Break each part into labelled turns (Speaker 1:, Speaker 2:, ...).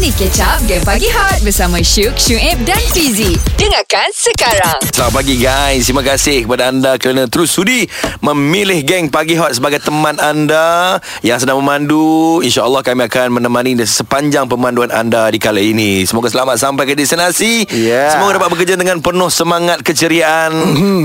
Speaker 1: Mari catch up Game Pagi Hot Bersama Syuk, Syuib dan Fizi Dengarkan sekarang
Speaker 2: Selamat pagi guys Terima kasih kepada anda Kerana terus sudi Memilih geng Pagi Hot Sebagai teman anda Yang sedang memandu InsyaAllah kami akan menemani anda Sepanjang pemanduan anda Di kala ini Semoga selamat sampai ke destinasi
Speaker 3: Yeah. Mhm.
Speaker 2: Semoga dapat bekerja dengan Penuh semangat keceriaan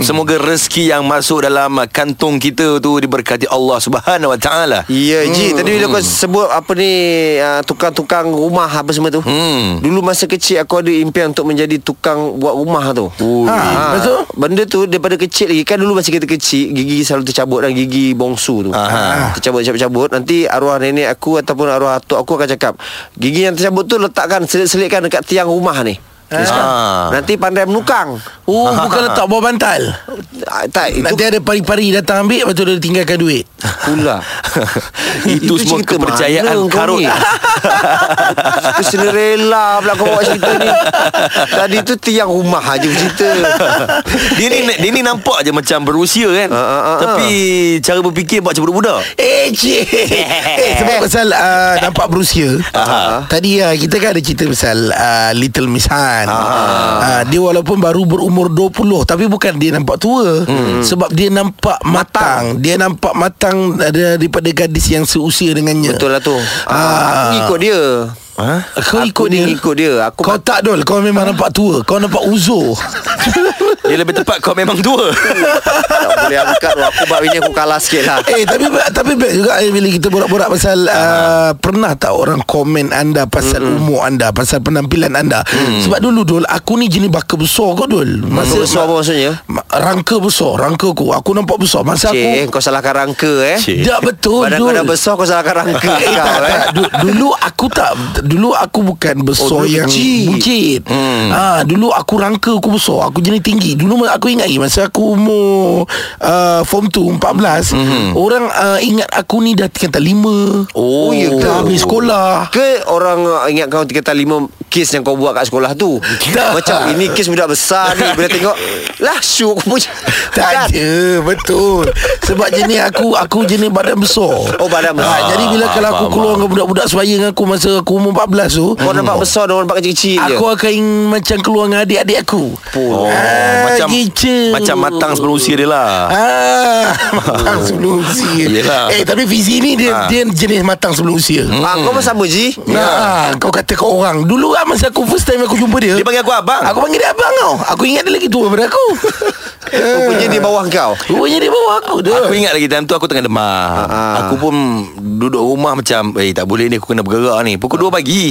Speaker 2: Semoga rezeki yang masuk Dalam kantung kita tu Diberkati Allah Subhanahu Wa Taala
Speaker 3: Ya Ji
Speaker 2: Hmm.
Speaker 3: Tadi bila kau sebut Apa ni uh, Tukang-tukang rumah Apa semua tu
Speaker 2: Hmm.
Speaker 3: Dulu masa kecil Aku ada impian Untuk menjadi tukang Buat rumah tu
Speaker 2: Ui. Ah.
Speaker 3: ha, ha. Benda tu Daripada kecil lagi Kan dulu masa kita kecil Gigi selalu tercabut Dan gigi bongsu tu
Speaker 2: Aha.
Speaker 3: Tercabut-cabut-cabut Nanti arwah nenek aku Ataupun arwah atuk aku Akan cakap Gigi yang tercabut tu Letakkan selit-selitkan Dekat tiang rumah ni
Speaker 2: Ah.
Speaker 3: Nanti pandai menukang
Speaker 4: Oh bukan letak bawah bantal
Speaker 3: Ah, Tak itu
Speaker 4: Nanti ada pari-pari datang ambil Lepas tu dia tinggalkan duit
Speaker 3: pula
Speaker 2: Itu semua
Speaker 3: cerita
Speaker 2: kepercayaan
Speaker 3: mana kau
Speaker 2: karut.
Speaker 3: ni? Itu Cinderella pula kau bawa cerita ni Tadi tu tiang rumah aja cerita
Speaker 2: dia ni dia ni nampak je macam berusia kan
Speaker 3: Ah, ah, ah,
Speaker 2: tapi cara berfikir buat macam budak-budak
Speaker 4: Eh cik Eh sebab pasal uh, Nampak berusia
Speaker 2: Aha.
Speaker 4: Tadi uh, kita kan ada cerita pasal uh, Little Miss Han uh, Dia walaupun baru berumur 20 Tapi bukan dia nampak tua hmm. Sebab dia nampak matang Dia nampak matang uh, Daripada gadis yang seusia dengannya
Speaker 3: Betul lah tu ah. Aku ikut dia
Speaker 2: ha
Speaker 4: Kau
Speaker 3: Aku
Speaker 4: ikut
Speaker 3: ni
Speaker 4: dia
Speaker 3: ikut dia. Aku
Speaker 4: Kau tak dol Kau memang nampak tua Kau nampak uzur
Speaker 2: Dia lebih tepat kau memang tua
Speaker 3: Tak boleh angkat tu. Aku buat ini aku kalah sikit lah
Speaker 4: Eh tapi tapi baik juga eh, bila kita borak-borak pasal
Speaker 3: Ah.
Speaker 4: uh, pernah tak orang komen anda pasal
Speaker 3: Hmm.
Speaker 4: mm umur anda, pasal penampilan anda. Mm. Sebab dulu Dul, aku ni jenis baka besar kau Dul. Masa
Speaker 3: Besar apa maksudnya?
Speaker 4: ma- rangka besar, rangka aku. Aku nampak besar masa
Speaker 3: Cik,
Speaker 4: Cik.
Speaker 3: kau salahkan rangka eh
Speaker 4: aku. Tak betul
Speaker 3: Badan kau
Speaker 4: Dul.
Speaker 3: dah besar kau salahkan rangka kau,
Speaker 4: Eh, tak,
Speaker 3: eh.
Speaker 4: tak. Du- Dulu aku tak Dulu aku bukan
Speaker 3: Oh,
Speaker 4: besar
Speaker 3: dulu
Speaker 4: yang
Speaker 3: buncit.
Speaker 4: Buncit hmm. ha, Dulu aku rangka aku besar Aku jenis tinggi Dulu ma- aku ingat lagi Masa aku umur uh, Form 2 14 hmm. Orang uh, ingat aku ni dah tingkatan 5
Speaker 3: Oh, ya ke?
Speaker 4: Dah habis sekolah
Speaker 3: Ke orang uh, ingat kau kata lima kes yang kau buat kat sekolah tu
Speaker 4: Tak.
Speaker 3: Macam ini kes budak besar ni Bila tengok Lah syuk punya Kan?
Speaker 4: tak ada Betul Sebab jenis aku Aku jenis badan besar
Speaker 3: Oh, badan besar.
Speaker 4: Ah, Jadi bila kalau aku
Speaker 2: faham,
Speaker 4: keluar Dengan budak-budak sebaya dengan aku Masa aku umur 14 tu
Speaker 3: Kau nampak besar Orang nampak kecil-kecil je
Speaker 4: Aku akan ingin macam keluar dengan adik-adik aku Ah,
Speaker 2: Oh, macam macam matang sebelum usia dia lah.
Speaker 4: Ah, matang sebelum usia.
Speaker 2: Yelah.
Speaker 4: Eh tapi Fizi ni dia
Speaker 2: Ah. Hmm.
Speaker 4: dia jenis matang sebelum usia.
Speaker 3: Ah, Kau pun sama Ji
Speaker 4: Nah, kau kata ke orang. Dulu lah masa aku first time aku jumpa dia.
Speaker 2: Ya. Dia panggil aku abang.
Speaker 4: Aku panggil dia abang kau. Aku ingat dia lagi tua daripada aku.
Speaker 3: Rupanya dia bawah kau
Speaker 4: Rupanya dia bawah aku tu.
Speaker 2: Aku ingat lagi time tu aku tengah demam.
Speaker 3: Ah.
Speaker 2: Aku pun duduk rumah macam eh tak boleh ni aku kena bergerak ni. Pukul 2
Speaker 3: Ah.
Speaker 2: pagi.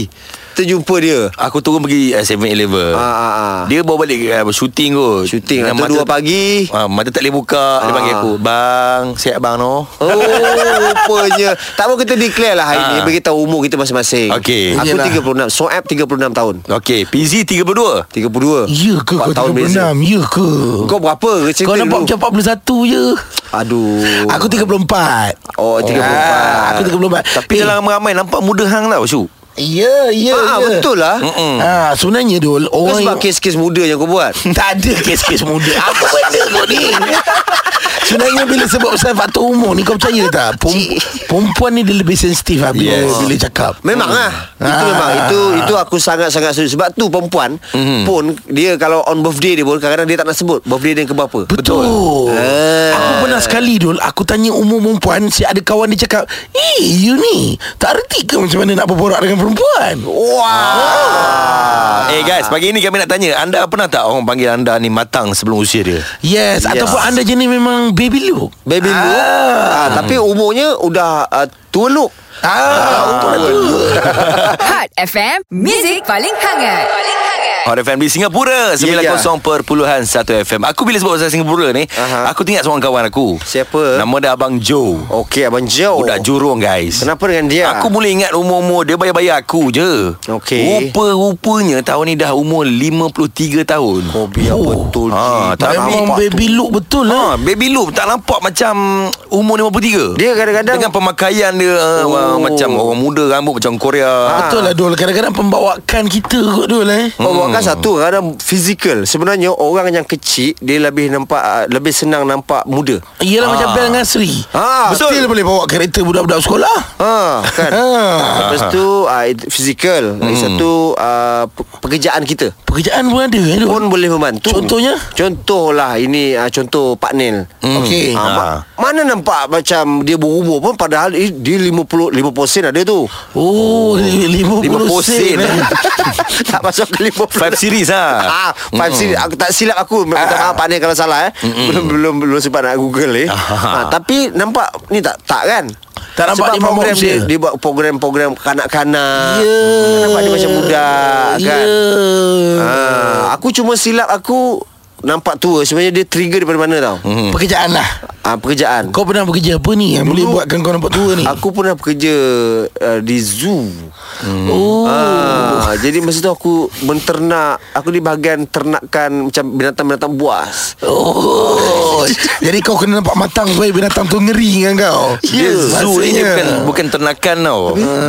Speaker 3: Terjumpa dia
Speaker 2: Aku turun pergi uh, 7-Eleven.
Speaker 3: Ah, ah, ah.
Speaker 2: Dia bawa balik uh, shooting kot.
Speaker 3: Shooting
Speaker 2: Dengan
Speaker 3: Lepas tu 2 pagi
Speaker 2: Ah, mata tak boleh buka Dia
Speaker 3: Eh. Ah.
Speaker 2: panggil aku Bang Siap bang no
Speaker 3: Oh rupanya Tak apa kita declare lah hari
Speaker 2: Ah.
Speaker 3: ni Beritahu umur kita masing-masing
Speaker 2: Okey.
Speaker 3: Aku
Speaker 4: Yelah.
Speaker 3: 36 Soab 36 tahun
Speaker 2: Okay PZ 32
Speaker 3: 32
Speaker 4: Ya ke kau
Speaker 3: Empat tahun
Speaker 4: 36?
Speaker 3: beza.
Speaker 4: Ya ke?
Speaker 3: Kau berapa Cerita
Speaker 4: Kau nampak
Speaker 3: dulu.
Speaker 4: macam 41 je.
Speaker 3: Aduh
Speaker 2: Oh.
Speaker 4: Aku 34.
Speaker 3: Oh 34
Speaker 4: Ah, aku 34.
Speaker 2: Tapi
Speaker 4: Eh,
Speaker 2: dalam ramai Nampak muda hang tau Syuk
Speaker 4: Ya, ya,
Speaker 3: Ah,
Speaker 4: ya.
Speaker 3: betul lah
Speaker 2: Mm-mm.
Speaker 4: Ah, sebenarnya Dul,
Speaker 3: Kau
Speaker 4: orang
Speaker 3: sebab kes-kes muda yang kau buat
Speaker 4: Tak ada kes-kes muda Apa benda kau ni Sebenarnya bila sebut pasal faktor umur ni Kau percaya tak Pem- Perempuan ni dia lebih sensitif lah bila,
Speaker 2: Yes.
Speaker 4: yes. bila cakap
Speaker 3: Memang lah Itu
Speaker 4: Ah.
Speaker 3: memang Itu itu aku sangat-sangat setuju Sebab tu perempuan
Speaker 4: Mhm.
Speaker 3: Pun Dia kalau on birthday dia pun Kadang-kadang dia tak nak sebut Birthday dia ke berapa
Speaker 4: Betul, Ah. Aku pernah sekali Dul Aku tanya umur perempuan Si ada kawan dia cakap Eh you ni Tak reti ke macam mana nak berborak dengan perempuan
Speaker 3: Wah Ah.
Speaker 2: Eh guys, pagi ini kami nak tanya Anda pernah tak orang panggil anda ni matang sebelum usia dia?
Speaker 4: Eh. Yes, yes. Ataupun anda jenis memang baby look
Speaker 3: Baby ah. look ah, Tapi umurnya Udah uh, tua look
Speaker 4: Ah, untuk
Speaker 1: Hot FM Music paling hangat Paling hangat
Speaker 2: Hot FM di Singapura 90.1
Speaker 3: Ya, ya.
Speaker 2: FM Aku bila sebut pasal Singapura ni
Speaker 3: Aha.
Speaker 2: Aku teringat seorang kawan aku
Speaker 3: Siapa?
Speaker 2: Nama dia Abang Joe
Speaker 3: Okey Abang Joe
Speaker 2: Budak Jurong guys
Speaker 3: Kenapa dengan dia?
Speaker 2: Aku mula ingat umur-umur Dia bayar-bayar aku je
Speaker 3: Okey.
Speaker 2: Rupa-rupanya tahun ni dah umur 53 tahun
Speaker 3: Oh biar
Speaker 4: Oh.
Speaker 3: betul
Speaker 2: Ah,
Speaker 3: ah,
Speaker 2: tak
Speaker 4: Memang
Speaker 2: nampak
Speaker 4: baby look betul lah
Speaker 2: Ha, baby loop tak nampak macam umur 53
Speaker 3: Dia kadang-kadang-
Speaker 2: Dengan pemakaian dia oh.
Speaker 3: Oh. Ha.
Speaker 2: Macam orang muda rambut macam Korea
Speaker 4: Betul lah Dul Kadang-kadang pembawakan kita kot Dul eh
Speaker 3: Pembawakan Kan satu kadang fizikal. Sebenarnya orang yang kecil dia lebih nampak ah, lebih senang nampak muda.
Speaker 4: Yelah macam Bel dengan Sri
Speaker 3: Ah,
Speaker 4: Betul Still boleh bawa kereta budak-budak sekolah
Speaker 3: Ha kan.
Speaker 4: Ah.
Speaker 3: Lepas tu ah, it- fizikal. Lagi
Speaker 4: Hmm.
Speaker 3: satu ah, pe- pekerjaan kita
Speaker 4: Pekerjaan pun ada kan?
Speaker 3: pun boleh membantu.
Speaker 4: Contohnya? Hmm.
Speaker 3: Contohlah ini ah, contoh Pak Nil. Ah,
Speaker 4: Okey
Speaker 2: Ah.
Speaker 3: ma- Mana nampak macam dia berumur pun padahal eh, dia 50 50 sen ada tu.
Speaker 4: Oh, lima puluh
Speaker 3: 50 sen.
Speaker 4: sen eh.
Speaker 3: tak masuk ke 50.
Speaker 2: Five series lah.
Speaker 3: Ah, five
Speaker 4: Hmm.
Speaker 3: series. Aku tak silap aku. Minta
Speaker 4: Ah.
Speaker 3: maaf Pak Nil kalau salah eh. Belum belum belum sempat nak Google eh. Ah, tapi nampak ni tak tak kan?
Speaker 4: Tak nampak
Speaker 3: Sebab
Speaker 4: dia mampu
Speaker 3: program dia,
Speaker 4: usia.
Speaker 3: dia buat program-program kanak-kanak. Hmm,
Speaker 4: Ya.
Speaker 3: Nampak dia macam budak kan.
Speaker 4: Ya.
Speaker 3: Ah, aku cuma silap aku nampak tua sebenarnya dia trigger daripada mana tau?
Speaker 4: Pekerjaan lah
Speaker 3: Ah, pekerjaan.
Speaker 4: Kau pernah bekerja apa ni Yang boleh buatkan kau nampak tua ni
Speaker 3: Aku pernah bekerja uh, di zoo. Hmm. Oh. Ah, jadi masa tu aku menternak, aku di bahagian ternakan macam binatang-binatang buas.
Speaker 4: Oh Jadi kau kena nampak matang Supaya binatang tu ngeri dengan kau Ya,
Speaker 2: Dia
Speaker 3: ya,
Speaker 2: zoo ni dia bukan, bukan ternakan tau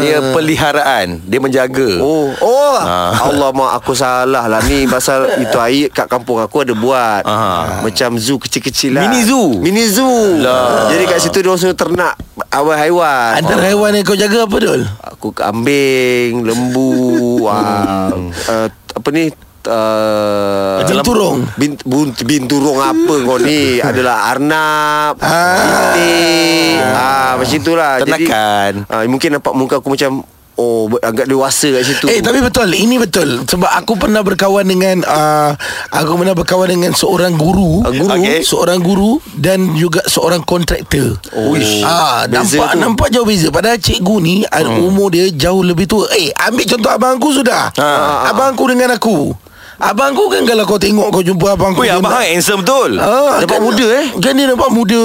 Speaker 2: Dia peliharaan Dia menjaga
Speaker 3: Oh, oh.
Speaker 2: Ah.
Speaker 3: Allah mak aku salah lah ni pasal itu air kat kampung aku ada buat.
Speaker 2: Ah.
Speaker 3: Macam zoo kecil-kecil lah.
Speaker 2: Mini zoo?
Speaker 3: Mini zoo.
Speaker 2: Lah.
Speaker 3: Jadi kat situ dia orang suruh ternak haiwan-haiwan.
Speaker 4: Antara haiwan yang kau jaga apa Dol?
Speaker 3: Aku kambing, lembu, ah, uh, apa ni? Uh,
Speaker 4: Binturong.
Speaker 3: bin, bun, Binturong apa kau ni Adalah arnab
Speaker 2: Ah.
Speaker 3: Bintik ah. Macam itulah
Speaker 2: Ya. Ternakan.
Speaker 3: Jadi, ah, Mungkin nampak muka aku macam Oh ber- agak dewasa kat situ
Speaker 4: Eh tapi betul Ini betul Sebab aku pernah berkawan dengan uh, Aku pernah berkawan dengan seorang guru
Speaker 3: Ah, guru?
Speaker 2: Okey.
Speaker 4: Seorang guru Dan juga seorang kontraktor
Speaker 3: Oh, Uish.
Speaker 4: ah,
Speaker 3: beza
Speaker 4: Nampak
Speaker 3: tu.
Speaker 4: nampak jauh beza Padahal cikgu ni hmm. Umur dia jauh lebih tua Eh ambil contoh abang aku sudah
Speaker 2: Ah.
Speaker 4: Abang aku dengan aku Abang aku kan kalau kau tengok Kau jumpa abang aku
Speaker 2: Weh
Speaker 4: dia
Speaker 2: abang
Speaker 4: nak-
Speaker 2: hang handsome betul
Speaker 4: Ah,
Speaker 3: Nampak muda, eh?
Speaker 4: Kan dia nampak muda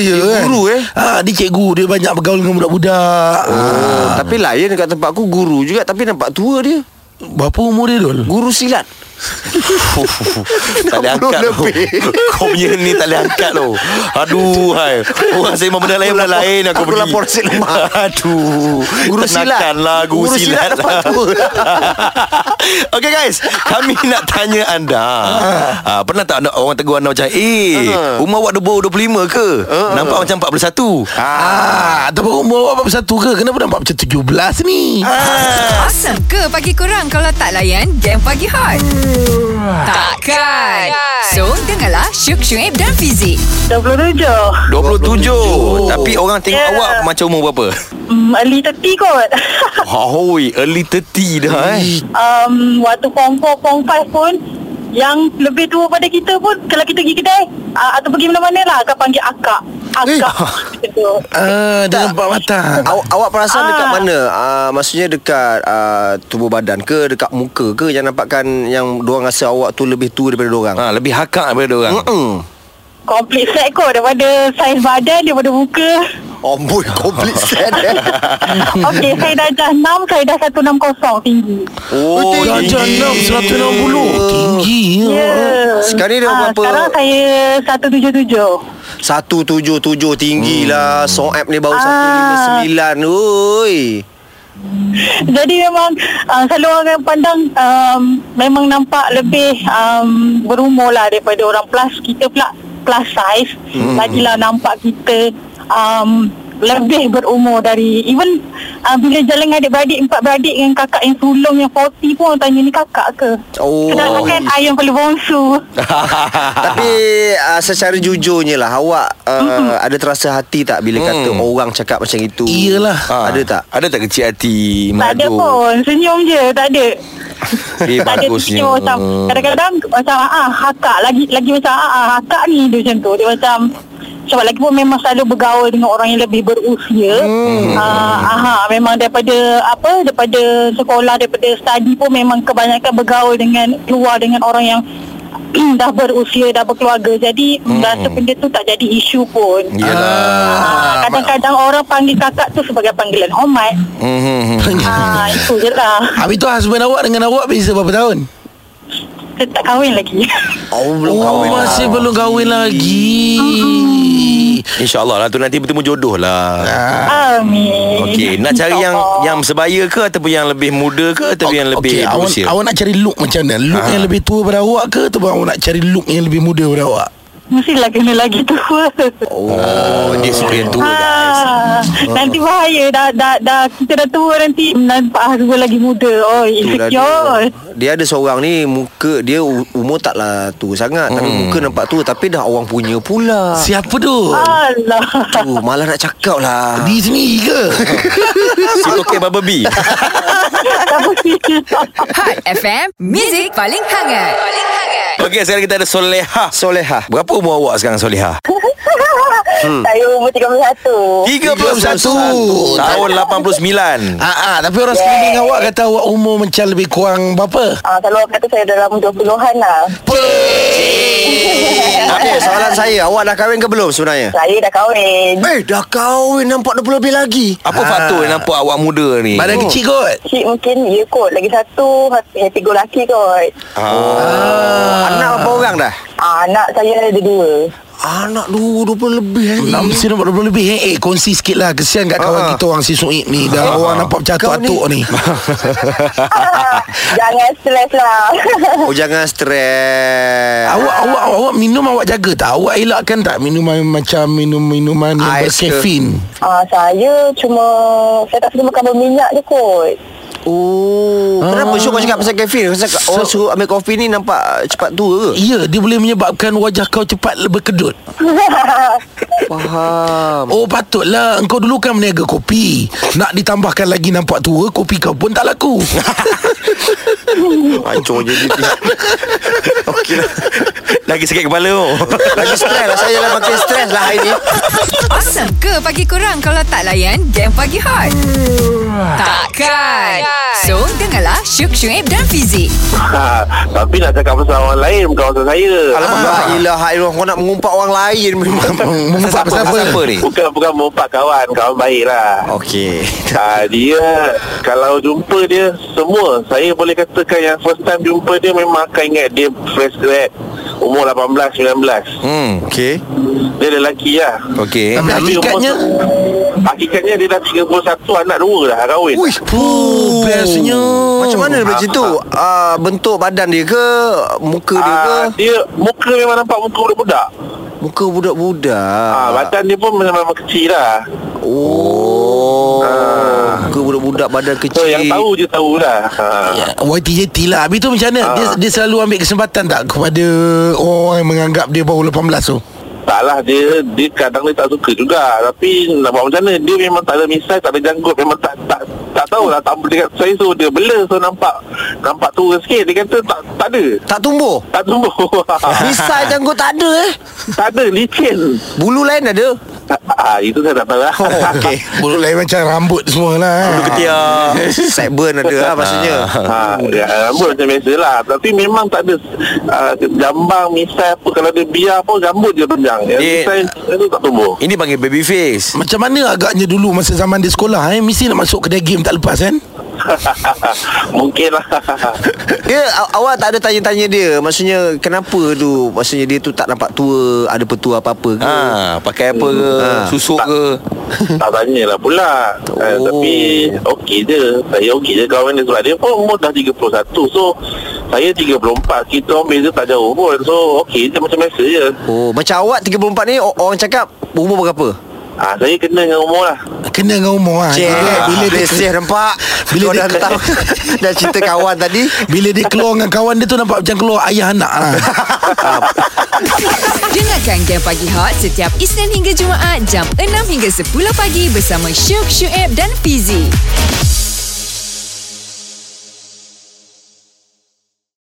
Speaker 4: ya dia kan?
Speaker 3: guru, eh?
Speaker 4: ha, Dia cikgu Dia banyak bergaul dengan budak-budak oh.
Speaker 3: Ah, Tapi lain kat tempat aku Guru juga Tapi nampak tua dia
Speaker 4: Berapa umur dia Dol?
Speaker 3: Guru silat
Speaker 2: Tak boleh angkat
Speaker 3: 60
Speaker 2: tu
Speaker 3: lebih.
Speaker 2: Kau punya ni tak boleh angkat tu Aduh hai. Orang saya memang benda lain Benda
Speaker 3: lapor-
Speaker 2: lain aku
Speaker 3: aku
Speaker 2: pergi
Speaker 3: lapor Cik Lemah.
Speaker 2: Aduh
Speaker 3: Guru silat.
Speaker 2: Ternakan lah Guru,
Speaker 3: Guru silat
Speaker 2: silat,
Speaker 3: dapat
Speaker 2: lah.
Speaker 3: tua.
Speaker 2: Okay guys Kami nak tanya anda ah, Pernah tak anda, orang tegur anda macam Eh
Speaker 3: Ah.
Speaker 2: umur awak 25 ke Nampak macam 41
Speaker 4: Ah, ataupun umur awak berapa satu ke? Kenapa nampak macam 17 ni?
Speaker 2: Ah,
Speaker 1: Awesome ke pagi kurang kalau tak layan game pagi hot? Takkan. So, dengarlah Syuk Syuib dan Fizi.
Speaker 5: 27
Speaker 2: 27, Tapi orang tengok
Speaker 5: Yeah.
Speaker 2: awak macam umur berapa?
Speaker 5: um, Early 30 kot
Speaker 2: Hoi, early 30 dah eh
Speaker 5: um, Waktu form 4, form 5 pun Yang lebih tua pada kita pun Kalau kita pergi kedai uh, Atau pergi mana-mana lah Akan panggil akak
Speaker 3: Eh.
Speaker 5: Akak Macam tu.
Speaker 4: Ah, dia nampak matang.
Speaker 3: Awak awak perasan
Speaker 5: Ah.
Speaker 3: dekat mana? Ah, maksudnya dekat ah, tubuh badan ke dekat muka ke yang nampakkan yang diorang rasa awak tu lebih tua daripada diorang?
Speaker 2: ha, Lebih hakak daripada orang
Speaker 3: Hmm.
Speaker 5: Komplit set kot Daripada saiz badan Daripada muka
Speaker 3: Amboi komplit set eh.
Speaker 5: Okey saya dah dah 6 Saya dah 160 tinggi
Speaker 2: Oh,
Speaker 4: Darjah
Speaker 2: tinggi.
Speaker 4: 6, 160. Tinggi.
Speaker 5: Ya yeah.
Speaker 3: Oh, Sekarang ni dah
Speaker 5: Ah,
Speaker 3: berapa?
Speaker 5: Sekarang saya 177
Speaker 3: Satu tujuh tujuh tinggi hmm. lah Soap ni baru
Speaker 5: Ah.
Speaker 3: satu lima sembilan Ui
Speaker 5: Jadi memang uh, selalu orang yang pandang um, memang nampak lebih um, berumur lah daripada orang plus kita pula plus size hmm. lagilah nampak kita um, lebih berumur dari even uh, bila jalan dengan adik-beradik empat beradik dengan kakak yang sulung yang 40 pun orang tanya ni kakak ke
Speaker 3: Oh.
Speaker 5: sedangkan kan ayam perlu bongsu Ah.
Speaker 3: Tapi uh, secara jujurnya lah Awak uh, ada terasa hati tak Bila kata orang cakap macam itu
Speaker 4: Iyalah.
Speaker 2: Ah,
Speaker 3: Ada tak?
Speaker 2: Ada tak kecil hati
Speaker 5: tak ada pun senyum je tak ada
Speaker 2: Eh
Speaker 5: tak ada
Speaker 2: bagusnya
Speaker 5: tidur macam kadang-kadang macam ah hakak lagi lagi macam ah, ah hakak ni dia macam tu dia macam sebab lagi pun memang selalu bergaul dengan orang yang lebih berusia. Hmm. Uh, aha, memang daripada apa daripada sekolah daripada study pun memang kebanyakan bergaul dengan keluar dengan orang yang dah berusia dah berkeluarga. Jadi hmm. rasa benda tu tak jadi isu pun.
Speaker 4: Iyalah.
Speaker 5: Ah, kadang-kadang orang panggil kakak tu sebagai panggilan hormat.
Speaker 2: Mhm.
Speaker 5: Ah, itu je lah.
Speaker 4: Habis tu husband awak dengan awak beza berapa tahun?
Speaker 5: Kita tak kahwin lagi.
Speaker 3: Oh belum
Speaker 4: oh,
Speaker 3: kahwin
Speaker 4: masih belum kahwin lagi.
Speaker 2: InsyaAllah lah tu nanti bertemu jodoh lah
Speaker 5: Ah.
Speaker 6: Amin.
Speaker 2: Okey, nak cari yang
Speaker 6: InsyaAllah.
Speaker 2: yang sebaya ke ataupun yang lebih muda ke ataupun Ah, yang lebih
Speaker 4: awak,
Speaker 2: berusia? Ah.
Speaker 4: awak nak cari look macam mana? Look yang lebih tua pada awak ke Ataupun awak nak cari look yang lebih muda pada awak?
Speaker 6: Mestilah kena lagi tua.
Speaker 5: Ah.
Speaker 2: Oh, dia suka yang tua guys.
Speaker 6: Ah, nanti bahaya dah, dah, dah kita dah tua nanti nampak harga lagi muda. Oh,
Speaker 3: Itulah
Speaker 6: insecure.
Speaker 3: dia. dia ada seorang ni muka dia u- umur taklah tua sangat hmm. tapi muka nampak tua tapi dah orang
Speaker 2: Ah.
Speaker 3: punya pula.
Speaker 4: Siapa tu?
Speaker 6: Alah.
Speaker 3: Tu malah nak cakap lah.
Speaker 4: Di sendiri ke?
Speaker 2: Si tokek Baba B.
Speaker 6: tak boleh.
Speaker 1: Hot FM, Music paling hangat. Paling hangat.
Speaker 2: Okey, sekarang kita ada Soleha.
Speaker 3: Soleha.
Speaker 2: Berapa umur awak sekarang Soleha?
Speaker 6: hmm. Saya umur
Speaker 5: Oh,
Speaker 6: 31
Speaker 2: 31
Speaker 4: 31.
Speaker 2: Tahun 89
Speaker 4: Ah, ah, tapi orang sekeliling awak kata awak umur macam lebih kurang berapa?
Speaker 6: Ah, kalau orang kata saya dalam 20-an lah
Speaker 3: Okey, soalan saya, awak dah kahwin ke belum sebenarnya?
Speaker 6: Saya dah kahwin
Speaker 3: Eh, dah kahwin nampak 20 lebih lagi. Oh.
Speaker 2: Apa
Speaker 5: Ah.
Speaker 2: faktor yang nampak awak muda ni?
Speaker 4: Badan kecil kot.
Speaker 6: Cik mungkin ya kot Lagi satu Happy go lucky kot
Speaker 2: Oh,
Speaker 3: Ah. Anak berapa orang dah?
Speaker 6: ah, Anak saya ada dua
Speaker 3: Anak dua 20 lebih eh. lagi.
Speaker 4: Nak mesti nombor 20 lebih eh, eh kongsi sikit lah Kesian kat
Speaker 3: Ah.
Speaker 4: kawan kita orang si Suib ni Dah orang nampak macam atuk-atuk ni
Speaker 6: ah, Jangan stres lah
Speaker 3: Oh jangan stres.
Speaker 4: Awak awak awak minum awak jaga tak? Awak elakkan tak minuman macam minum-minuman yang
Speaker 3: Ais ke?
Speaker 4: berkafein?
Speaker 6: ah, Saya cuma Saya tak suka makan berminyak je kot
Speaker 3: Oh, kenapa Syuk kau cakap pasal kafein? Kau cakap orang suruh ambil kopi ni nampak cepat tua ke?
Speaker 4: Ya, dia boleh menyebabkan wajah kau cepat berkedut.
Speaker 3: Faham.
Speaker 4: Oh, patutlah. Engkau dulu kan meniaga kopi. Nak ditambahkan lagi nampak tua, kopi kau pun tak laku.
Speaker 3: Hancur je dia. Okey lah.
Speaker 2: Lagi sakit kepala tu
Speaker 3: Lagi stres lah Saya lah makin stres lah hari ni
Speaker 1: Awesome ke pagi kurang kalau tak layan game pagi hot? Takkan. So, dengarlah Syuk Syuib dan Fizik.
Speaker 5: Ha, tapi nak cakap pasal orang lain bukan pasal saya. Ah,
Speaker 3: Alamak La ilaha illallah Kau nak mengumpat orang lain Memang
Speaker 4: Mengumpat pasal apa?
Speaker 2: Pasal apa ni?
Speaker 5: Bukan bukan mengumpat kawan, kawan baik lah.
Speaker 3: Okey
Speaker 5: Ha, dia kalau jumpa dia semua saya boleh katakan yang first time jumpa dia memang akan ingat dia fresh grad umur 18 19.
Speaker 2: Hmm
Speaker 3: Okey
Speaker 5: Dia lelaki lah.
Speaker 2: Okey
Speaker 4: Tapi
Speaker 5: Tapi
Speaker 4: hakikatnya...
Speaker 5: umur- Hakikatnya dia dah 31 anak dua dah kahwin.
Speaker 3: Uish
Speaker 4: Puh, bestnya.
Speaker 3: Macam mana dia macam tu? Ah, bentuk badan dia ke? Muka dia ke?
Speaker 5: Ah, dia muka memang nampak muka budak-budak.
Speaker 3: Muka budak-budak
Speaker 5: Ah, badan dia pun memang, memang kecil lah.
Speaker 3: Oh Muka budak-budak badan kecil
Speaker 5: So yang tahu je tahulah. Ha.
Speaker 4: Ya, YTJT lah Habis tu macam mana dia, dia selalu ambil kesempatan tak Kepada orang yang menganggap dia baru 18 tu
Speaker 5: Taklah dia dia kadang dia tak suka juga tapi nak buat macam mana dia memang tak ada misai tak ada janggut memang tak tak tak tahu lah tak dia kata saya suruh dia bela so nampak nampak tua sikit dia kata tak tak ada
Speaker 3: Tak tumbuh
Speaker 5: tak tumbuh
Speaker 3: Misal janggut tak ada eh
Speaker 5: tak ada licin
Speaker 3: Bulu lain ada
Speaker 5: ah, itu saya tak tahu lah
Speaker 3: Oh okey
Speaker 4: Buruk lain macam rambut semua lah eh.
Speaker 2: Ketia
Speaker 3: Sideburn ada lah maksudnya
Speaker 5: Ha, ya, rambut macam biasa lah Tapi memang tak ada uh, Jambang, misai apa Kalau dia biar pun Rambut dia panjang Yang
Speaker 2: Dia-
Speaker 5: misai Itu tak tumbuh
Speaker 2: Ini panggil baby face
Speaker 4: Macam mana agaknya dulu Masa zaman dia sekolah eh Mesti nak masuk kedai game tak lepas kan
Speaker 5: Mungkin lah
Speaker 3: Dia aw- awak tak ada tanya-tanya dia Maksudnya kenapa tu Maksudnya dia tu tak nampak tua Ada petua apa-apa ke ha.
Speaker 2: Ha, pakai apa ke
Speaker 3: Ah.
Speaker 2: Susuk ke
Speaker 5: Tak tanya lah pula oh. eh,
Speaker 3: Oh.
Speaker 5: Tapi Okey je Saya okey je kawan dia Sebab dia pun umur dah 31 So Saya 34 Kita orang beza tak jauh pun So okey je macam biasa je
Speaker 3: Oh macam awak 34 ni o- Orang cakap umur berapa?
Speaker 5: ha, Saya kena dengan umur lah
Speaker 4: Kena dengan umur lah
Speaker 3: Cik
Speaker 4: Bila-
Speaker 3: Bila
Speaker 4: Bila dia
Speaker 3: dia nampak
Speaker 4: Bila
Speaker 3: Bila
Speaker 4: dia
Speaker 3: dia
Speaker 4: ke-
Speaker 3: tahu Dah cerita kawan tadi
Speaker 4: bila dia keluar dengan kawan dia tu Nampak macam keluar ayah anak lah
Speaker 1: Dengarkan Game Pagi Hot setiap Isnin hingga Jumaat jam 6 hingga 10 pagi bersama Syuk Syuib dan Fizik.